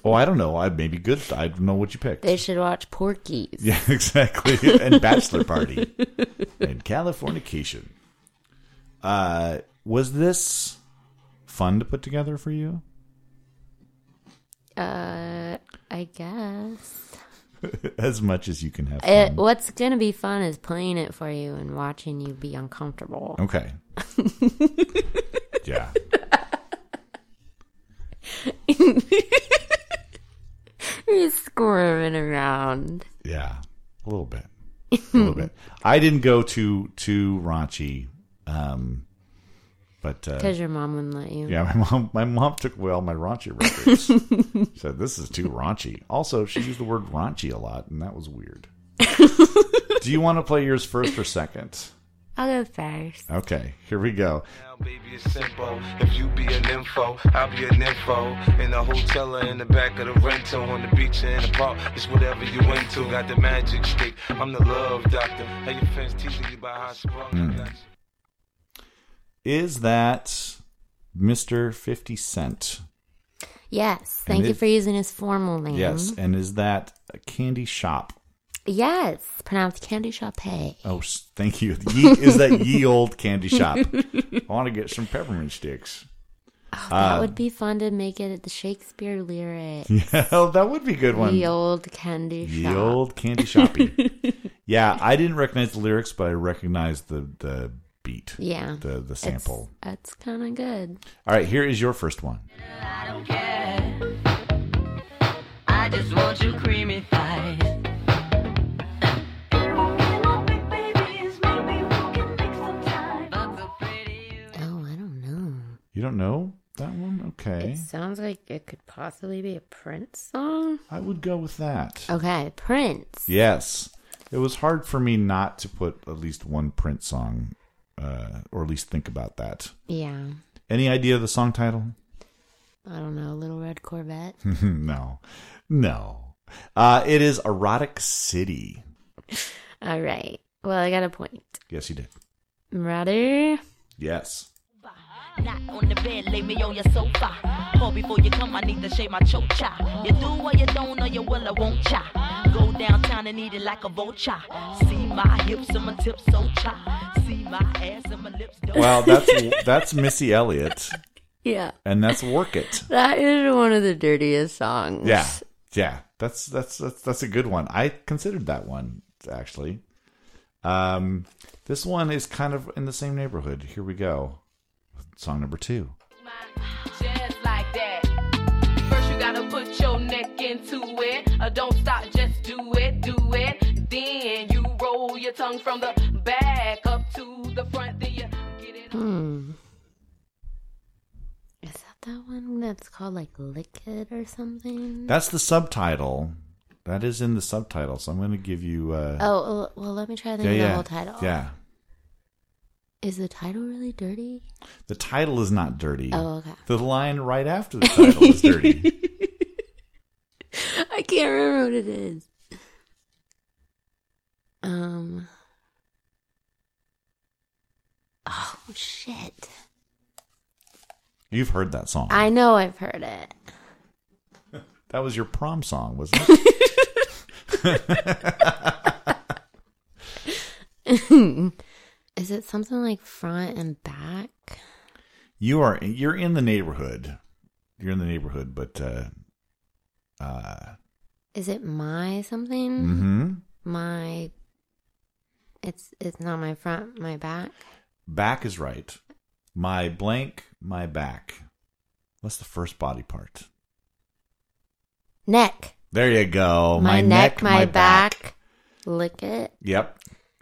[SPEAKER 1] Oh, I don't know. I maybe good. I don't know what you picked.
[SPEAKER 2] They should watch Porky's.
[SPEAKER 1] Yeah, exactly. and bachelor party and Californication. Uh, was this fun to put together for you?
[SPEAKER 2] I guess.
[SPEAKER 1] As much as you can have
[SPEAKER 2] It,
[SPEAKER 1] fun.
[SPEAKER 2] what's going to be fun is playing it for you and watching you be uncomfortable.
[SPEAKER 1] okay. yeah.
[SPEAKER 2] You're squirming around.
[SPEAKER 1] Yeah. A little bit. A little bit. I didn't go too too raunchy. Um but uh,
[SPEAKER 2] Because your mom wouldn't let you.
[SPEAKER 1] yeah, my mom my mom took away all my raunchy records. Said this is too raunchy. Also, she used the word raunchy a lot, and that was weird. Do you want to play yours first or second?
[SPEAKER 2] I'll go first.
[SPEAKER 1] Okay, here we go.
[SPEAKER 5] Now, baby, it's simple. If you be an info, I'll be an info. In a hotel or in the back of the rental, on the beach or in the park, it's whatever you into. Got the magic stick. I'm the love doctor. Hey, your fans teasing you about how I sprung. I got you.
[SPEAKER 1] is that Mr. 50 Cent.
[SPEAKER 2] Yes.
[SPEAKER 1] And
[SPEAKER 2] Thank you
[SPEAKER 1] it-
[SPEAKER 2] for using his formal name.
[SPEAKER 1] Yes. And is that a candy shop?
[SPEAKER 2] Yes. Pronounced candy shop. Hey.
[SPEAKER 1] Oh, s- thank you. Ye, is that ye old candy shop? I want to get some peppermint sticks.
[SPEAKER 2] Oh, that would be fun to make it the Shakespeare lyric.
[SPEAKER 1] Yeah, Uh, that would be a good one.
[SPEAKER 2] The old candy
[SPEAKER 1] Ye
[SPEAKER 2] shop.
[SPEAKER 1] old candy shoppy. yeah, I didn't recognize the lyrics, but I recognized the the beat.
[SPEAKER 2] Yeah.
[SPEAKER 1] The the sample.
[SPEAKER 2] That's kind of good.
[SPEAKER 1] All right, here is your first one.
[SPEAKER 6] I don't care. I just want your creamy thighs. But the pretty you
[SPEAKER 2] Oh, I don't know.
[SPEAKER 1] You don't know that one? Okay.
[SPEAKER 2] It sounds like it could possibly be a Prince song.
[SPEAKER 1] I would go with that.
[SPEAKER 2] Okay, Prince.
[SPEAKER 1] Yes. It was hard for me not to put at least one Prince song, uh, or at least think about that.
[SPEAKER 2] Yeah.
[SPEAKER 1] Any idea of the song title?
[SPEAKER 2] I don't know. Little Red Corvette.
[SPEAKER 1] Hmm. no. No. Uh, it is Erotic City.
[SPEAKER 2] All right. Well, I got a point.
[SPEAKER 1] Yes, you did.
[SPEAKER 2] Ready?
[SPEAKER 1] Yes.
[SPEAKER 7] Not on the bed, lay me on your sofa. Call before you come, I need to shave my chocha. You do or you don't, or you will, I won't cha. Go downtown and eat it like a vulture. See my hips and my tips so cha. See my ass and my lips. Don't
[SPEAKER 1] Well, that's that's Missy Elliott,
[SPEAKER 2] Yeah.
[SPEAKER 1] and that's Work It.
[SPEAKER 2] That is one of the dirtiest songs.
[SPEAKER 1] Yeah, yeah. That's that's that's that's a good one. I considered that one actually. Um, this one is kind of in the same neighborhood. Here we go. Song number two.
[SPEAKER 8] Just like that. First you gotta put your neck into it. Uh, don't stop, just do it, do it. Then you roll your tongue from the back up to the front. Then you get it.
[SPEAKER 2] Hmm. Is that that one that's called like Lick It or something?
[SPEAKER 1] That's the subtitle. That is in the subtitle. So I'm going to give you. Uh,
[SPEAKER 2] oh, well- well, let me try to
[SPEAKER 1] yeah,
[SPEAKER 2] think of the
[SPEAKER 1] yeah,
[SPEAKER 2] whole title.
[SPEAKER 1] yeah.
[SPEAKER 2] Is the title really dirty?
[SPEAKER 1] The title is not dirty.
[SPEAKER 2] Oh, okay.
[SPEAKER 1] The line right after the title is dirty.
[SPEAKER 2] I can't remember what it is. Um. Oh, shit.
[SPEAKER 1] You've heard that song.
[SPEAKER 2] I know I've heard it.
[SPEAKER 1] That was your prom song, wasn't it?
[SPEAKER 2] Is it something like front and back?
[SPEAKER 1] you are you're in the neighborhood. You're in the neighborhood, but uh uh
[SPEAKER 2] Is it my something?
[SPEAKER 1] hmm
[SPEAKER 2] My. It's it's not my front, my back.
[SPEAKER 1] back is right. My blank, my back. What's the first body part?
[SPEAKER 2] Neck.
[SPEAKER 1] There you go.
[SPEAKER 2] Oh, my, neck, my, back. Lick it.
[SPEAKER 1] Yep.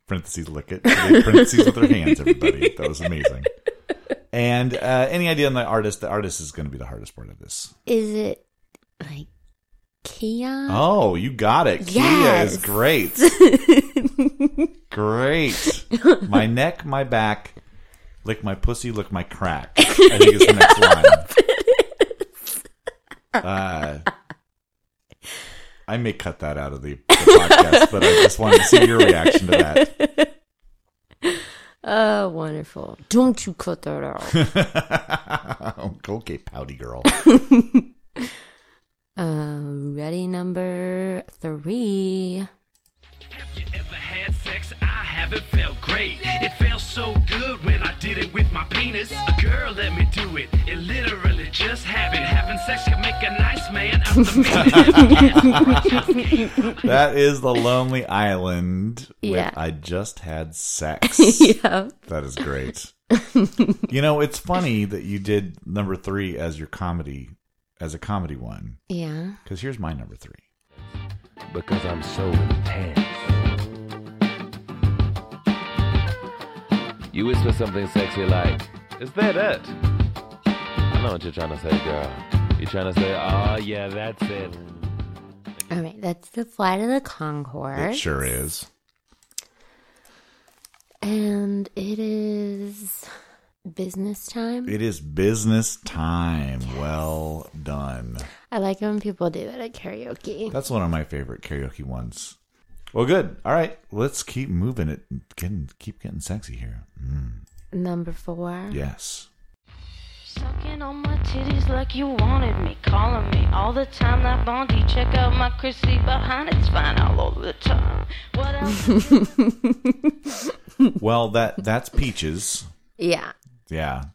[SPEAKER 1] Parentheses lick it. They parentheses with their hands, everybody. That was amazing. And uh, any idea on the artist? The artist is going to be the hardest part of this.
[SPEAKER 2] Is it like Kia?
[SPEAKER 1] Oh, you got it. Kia is
[SPEAKER 2] Yes.
[SPEAKER 1] great. great. My neck, my back, lick my pussy, lick my crack. I think is the next line. Uh, I may cut that out of the, the podcast, but I just wanted to see your reaction to that.
[SPEAKER 2] Oh, wonderful. Don't you cut that out.
[SPEAKER 1] okay, pouty girl.
[SPEAKER 2] uh, ready number three.
[SPEAKER 4] Have you ever had sex? I haven't felt great. It felt so good when I did it with my penis. A girl let me do it. It literally just happened. Having sex can make a nice man out of me.
[SPEAKER 1] That is the Lonely Island. with
[SPEAKER 2] Yeah.
[SPEAKER 1] I just had sex.
[SPEAKER 2] yeah.
[SPEAKER 1] That is great. you know, it's funny that you did number three as your comedy, as a comedy one,
[SPEAKER 2] Yeah.
[SPEAKER 1] because here's my number three.
[SPEAKER 5] Because I'm so intense.
[SPEAKER 9] You whisper something sexy like, Is that it? I know what you're trying to say, girl. You're trying to say, Oh, yeah, that's it.
[SPEAKER 2] All right. That's the flight of the Concord.
[SPEAKER 1] It sure is.
[SPEAKER 2] And it is business time.
[SPEAKER 1] It is business time. Well done.
[SPEAKER 2] I like it when people do it at karaoke.
[SPEAKER 1] That's one of my favorite karaoke ones. Well, good. All right, let's keep moving it. Getting, keep getting sexy here.
[SPEAKER 2] Number four.
[SPEAKER 1] Yes.
[SPEAKER 10] Sucking on my titties like you wanted me, calling me all the time. That Bondi, check out my Chrissy behind, it's fine all over the time. What else?
[SPEAKER 1] Well, that that's Peaches.
[SPEAKER 2] Yeah,
[SPEAKER 1] Yeah.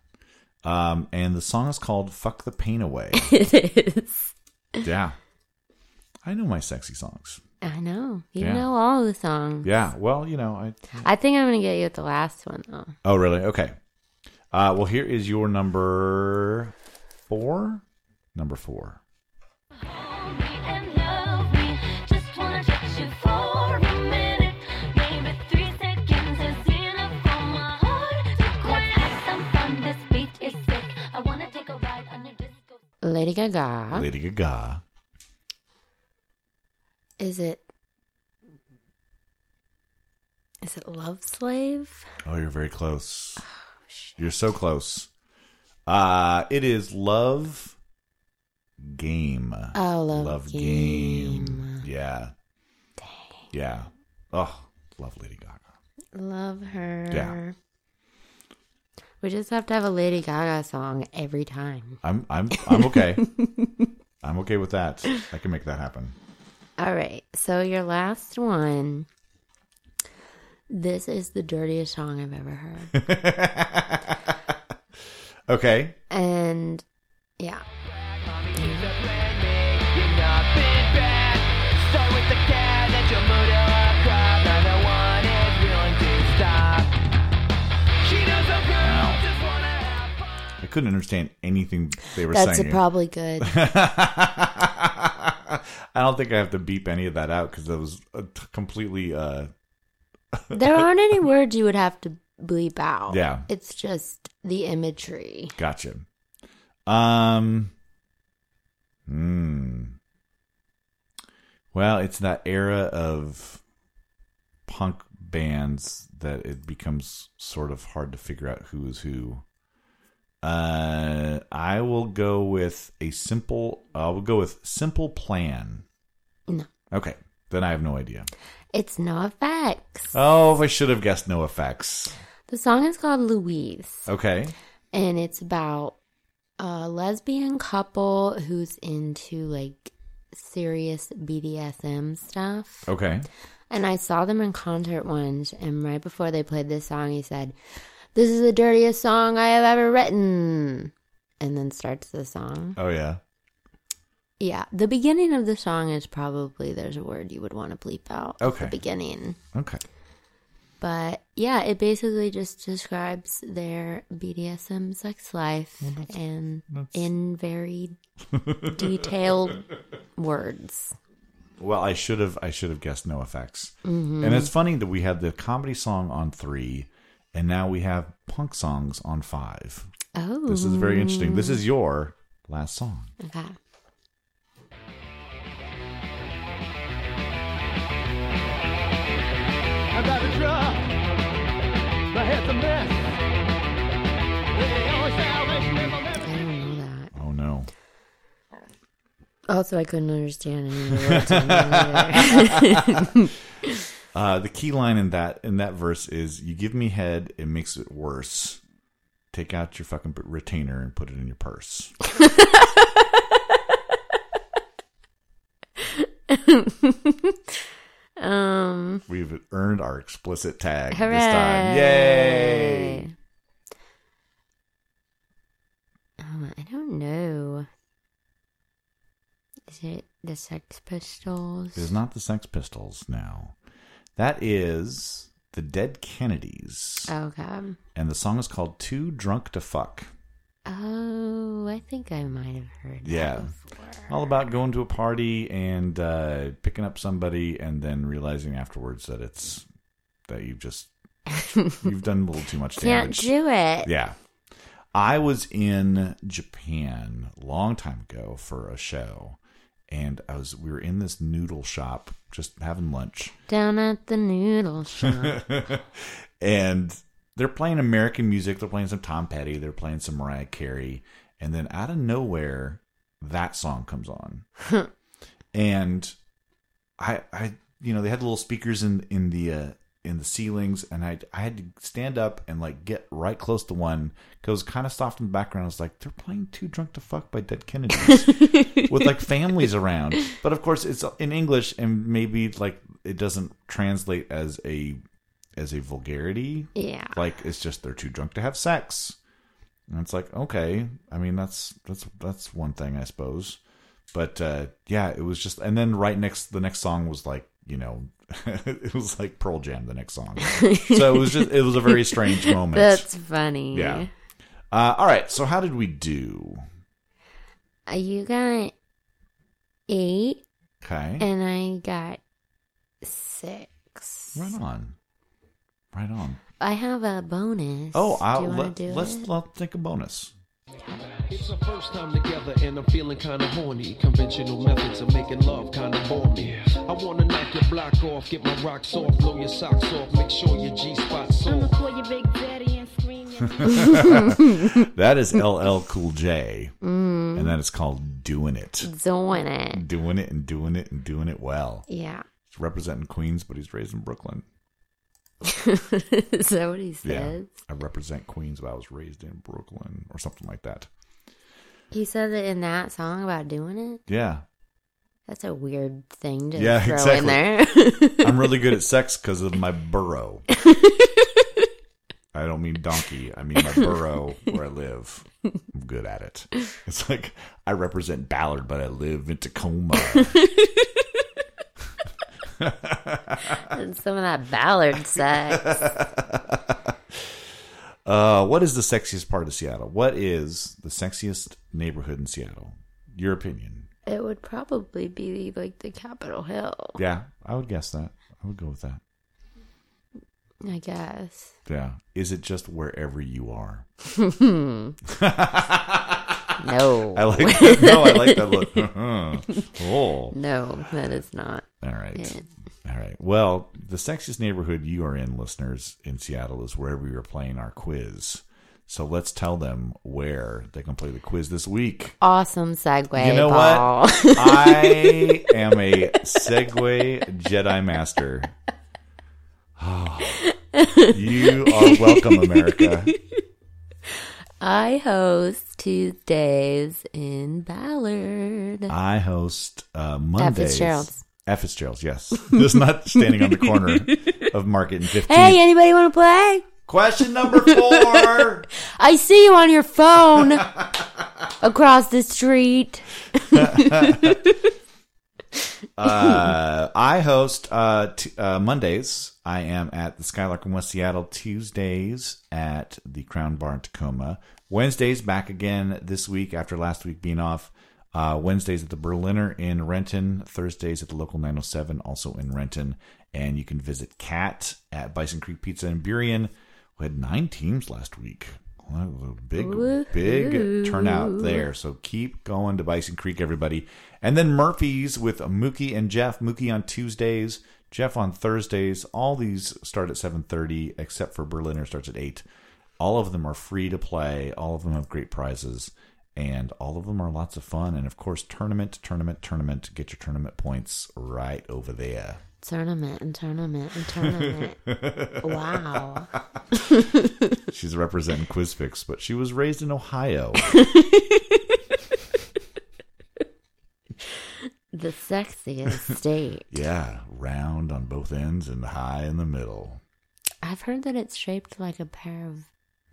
[SPEAKER 1] Um, and the song is called "Fuck the Pain Away."
[SPEAKER 2] it is.
[SPEAKER 1] yeah. I know my sexy songs.
[SPEAKER 2] I know. You
[SPEAKER 1] Yeah.
[SPEAKER 2] know all the songs.
[SPEAKER 1] Yeah. Well, you know, I.
[SPEAKER 2] I think I'm gonna get you at the last one though.
[SPEAKER 1] Oh, really? Okay. Uh, well, here is your number four. Number four.
[SPEAKER 2] Lady Gaga.
[SPEAKER 1] Lady Gaga.
[SPEAKER 2] Is it? Is it Love Slave?
[SPEAKER 1] Oh, you're very close. You're so close. Uh, it is Love Game.
[SPEAKER 2] Oh, Love
[SPEAKER 1] game. Yeah. Yeah. Oh, love Lady Gaga.
[SPEAKER 2] Love her.
[SPEAKER 1] Yeah.
[SPEAKER 2] We just have to have a Lady Gaga song every time.
[SPEAKER 1] I'm I'm I'm okay. I'm okay with that. I can make that happen.
[SPEAKER 2] All right. So your last one. This is the dirtiest song I've ever heard.
[SPEAKER 1] Okay.
[SPEAKER 2] and yeah.
[SPEAKER 1] I couldn't understand anything they were
[SPEAKER 2] That's
[SPEAKER 1] saying.
[SPEAKER 2] probably good.
[SPEAKER 1] I don't think I have to beep any of that out because that was uh, t- completely. Uh,
[SPEAKER 2] there aren't any words you would have to bleep out.
[SPEAKER 1] Yeah.
[SPEAKER 2] It's just the imagery.
[SPEAKER 1] Gotcha. Um. Hmm. Well, it's that era of punk bands that it becomes sort of hard to figure out who is who. Uh, I will go with a simple. I will go with simple plan.
[SPEAKER 2] No.
[SPEAKER 1] Okay, then I have no idea.
[SPEAKER 2] It's no effects.
[SPEAKER 1] Oh, if I should have guessed no effects.
[SPEAKER 2] The song is called Louise.
[SPEAKER 1] Okay.
[SPEAKER 2] and it's about a lesbian couple who's into like serious BDSM stuff.
[SPEAKER 1] Okay.
[SPEAKER 2] And I saw them in concert once, and right before they played this song, he said, This is the dirtiest song I have ever written. And then starts the song.
[SPEAKER 1] Oh yeah.
[SPEAKER 2] Yeah, the beginning of the song is probably there's a word you would want to bleep out. at
[SPEAKER 1] Okay.
[SPEAKER 2] The beginning.
[SPEAKER 1] Okay.
[SPEAKER 2] But yeah, it basically just describes their BDSM sex life and in very detailed words.
[SPEAKER 1] Well, I should have I should have guessed no effects. And it's funny that we had the comedy song on 3 and now we have punk songs on 5.
[SPEAKER 2] Oh,
[SPEAKER 1] This is very interesting. This is your last song.
[SPEAKER 2] okay.
[SPEAKER 4] I got a drug. My head's a mess. They always say I'll make my
[SPEAKER 2] I don't know
[SPEAKER 1] Oh
[SPEAKER 2] that.
[SPEAKER 1] no.
[SPEAKER 2] Also, I couldn't understand any of the words. on there either.
[SPEAKER 1] Uh the key line in that in that verse is you give me head it makes it worse. Take out your fucking retainer and put it in your purse.
[SPEAKER 2] um,
[SPEAKER 1] We've earned our explicit tag
[SPEAKER 2] hooray!
[SPEAKER 1] this time. Yay.
[SPEAKER 2] Um, I don't know. Is it the Sex Pistols?
[SPEAKER 1] It is not the Sex Pistols now. That is the Dead Kennedys.
[SPEAKER 2] Oh. Okay. Um,
[SPEAKER 1] And the song is called Too Drunk to Fuck.
[SPEAKER 2] Oh, I think I might have heard. that
[SPEAKER 1] Yeah.
[SPEAKER 2] before.
[SPEAKER 1] All about going to a party and uh, picking up somebody and then realizing afterwards that it's that you've just you've done a little too much
[SPEAKER 2] Can't
[SPEAKER 1] damage.
[SPEAKER 2] do it.
[SPEAKER 1] Yeah. I was in Japan a long time ago for a show and I was we were in this noodle shop just having lunch.
[SPEAKER 2] Down at the noodle shop.
[SPEAKER 1] and they're playing American music. They're playing some Tom Petty. They're playing some Mariah Carey. And then out of nowhere, that song comes on. and I, I, you know, they had little speakers in in the uh, in the ceilings, and I I had to stand up and like get right close to one because kind of soft in the background. I was like, they're playing "Too Drunk to Fuck" by Dead Kennedys with like families around, but of course it's in English, and maybe like it doesn't translate as a as a vulgarity.
[SPEAKER 2] Yeah.
[SPEAKER 1] like it's just they're too drunk to have sex. And it's like, okay, I mean that's that's that's one thing I suppose. But uh yeah, it was just and then right next the next song was like, you know, it was like Pearl Jam the next song. so it was just it was a very strange moment.
[SPEAKER 2] That's funny.
[SPEAKER 1] yeah. Uh, all right, so how did we do?
[SPEAKER 2] Uh, You got eight,
[SPEAKER 1] Okay.
[SPEAKER 2] and I got six.
[SPEAKER 1] right on. Right on.
[SPEAKER 2] I have a bonus.
[SPEAKER 1] Oh, I'll
[SPEAKER 2] do you wanna
[SPEAKER 1] let,
[SPEAKER 2] do
[SPEAKER 1] let's
[SPEAKER 2] it?
[SPEAKER 1] let's take a bonus.
[SPEAKER 11] It's our first time together and I'm feeling kinda horny. Conventional methods of making love kinda bore me. I wanna knock your block off, get my rocks off, blow your socks off, make sure your G spot's
[SPEAKER 12] I'ma
[SPEAKER 11] off.
[SPEAKER 12] call your big daddy and scream
[SPEAKER 1] that is LL Cool J,
[SPEAKER 2] Mm.
[SPEAKER 1] and that is called "Doing It."
[SPEAKER 2] Doing It.
[SPEAKER 1] doing it, and doing it, and doing it well.
[SPEAKER 2] Yeah.
[SPEAKER 1] He's representing Queens, but he's raised in Brooklyn.
[SPEAKER 2] Is that what he
[SPEAKER 1] Yeah,
[SPEAKER 2] says?
[SPEAKER 1] I represent Queens, but I was raised in Brooklyn, or something like that.
[SPEAKER 2] He says it in that song about doing it.
[SPEAKER 1] Yeah,
[SPEAKER 2] That's a weird thing to
[SPEAKER 1] yeah,
[SPEAKER 2] throw
[SPEAKER 1] exactly.
[SPEAKER 2] in there.
[SPEAKER 1] I'm really good at sex because of my burrow. I don't mean donkey. I mean my burrow where I live. I'm good at it. It's like I represent Ballard, but I live in Tacoma.
[SPEAKER 2] And some of that Ballard sex.
[SPEAKER 1] Uh, what is the sexiest part of Seattle? What is the sexiest neighborhood in Seattle? Your opinion?
[SPEAKER 2] it would probably be like the Capitol Hill,
[SPEAKER 1] Yeah, I would guess that. I would go with that.
[SPEAKER 2] I guess.
[SPEAKER 1] Yeah. Is it just wherever you are?
[SPEAKER 2] no.
[SPEAKER 1] I like that. No, I like that look. oh.
[SPEAKER 2] No, that is not.
[SPEAKER 1] All right.
[SPEAKER 2] it.
[SPEAKER 1] All right. Well, the sexiest neighborhood you are in, listeners, in Seattle is wherever you're playing our quiz. So let's tell them where they can play the quiz this week.
[SPEAKER 2] Awesome segue.
[SPEAKER 1] you know
[SPEAKER 2] Paul.
[SPEAKER 1] what? I am a Segway Jedi Master. Oh, you are welcome, America.
[SPEAKER 2] I host Tuesdays in Ballard.
[SPEAKER 1] I host uh, Mondays.
[SPEAKER 2] Fitzgerald's.
[SPEAKER 1] At Fitzgerald's, yes. Just not standing on the corner of Market and 15.
[SPEAKER 2] hey, anybody want to play?
[SPEAKER 1] Question number four.
[SPEAKER 2] I see you on your phone across the street.
[SPEAKER 1] uh, I host uh, t- uh, Mondays. I am at the Skylark in West Seattle. Tuesdays at the Crown Bar in Tacoma. Wednesdays back again this week after last week being off. Uh, Wednesdays at the Berliner in Renton. Thursdays at the local 907, also in Renton. And you can visit Kat at Bison Creek Pizza in Burien. We had nine teams last week. Well, that was a Big, big
[SPEAKER 2] Woohoo.
[SPEAKER 1] turnout there there. So keep going to Bison Creek, everybody. And then Murphy's with Mookie and Jeff. Mookie on Tuesdays, Jeff on Thursdays. All these start at 7.30, except for Berliner starts at 8. All of them are free to play. All of them have great prizes. And all of them are lots of fun. And of course, tournament, tournament, tournament. Get your tournament points right over there.
[SPEAKER 2] Tournament and tournament and tournament. wow.
[SPEAKER 1] She's representing Quizfix, but she was raised in Ohio.
[SPEAKER 2] The sexiest state.
[SPEAKER 1] yeah, round on both ends and high in the middle.
[SPEAKER 2] I've heard that it's shaped like a pair of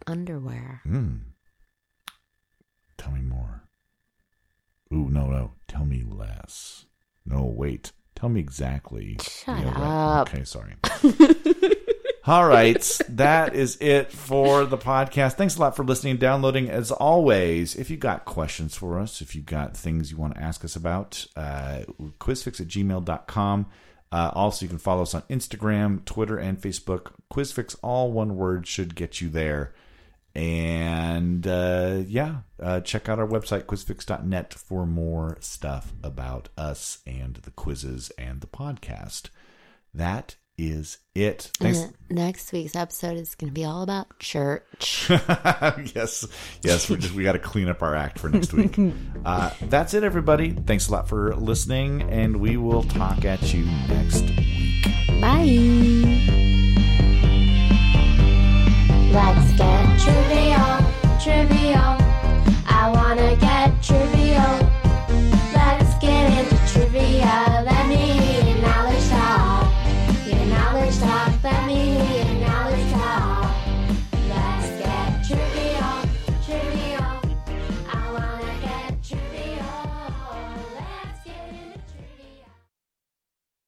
[SPEAKER 2] underwear.
[SPEAKER 1] Hmm. Tell me more. Ooh, no, no. Tell me less. No, wait. Tell me exactly.
[SPEAKER 2] Shut
[SPEAKER 1] Yeah, right.
[SPEAKER 2] up.
[SPEAKER 1] Okay, sorry. All right. That is it for the podcast. Thanks a lot for listening and downloading. As always, if you got questions for us, if you got things you want to ask us about, uh, quizfix at gmail.com. Uh, also, you can follow us on Instagram, Twitter, and Facebook. Quizfix, all one word, should get you there. And uh, yeah, uh, check out our website, quizfix.net, for more stuff about us and the quizzes and the podcast. That is it. Thanks.
[SPEAKER 2] And the next week's episode is going to be all about church.
[SPEAKER 1] yes, yes, we just we got to clean up our act for next week. Uh, that's it, everybody. Thanks a lot for listening, and we will talk at you next
[SPEAKER 2] Bye.
[SPEAKER 3] Let's get trivial, trivial. I wanna get trivial.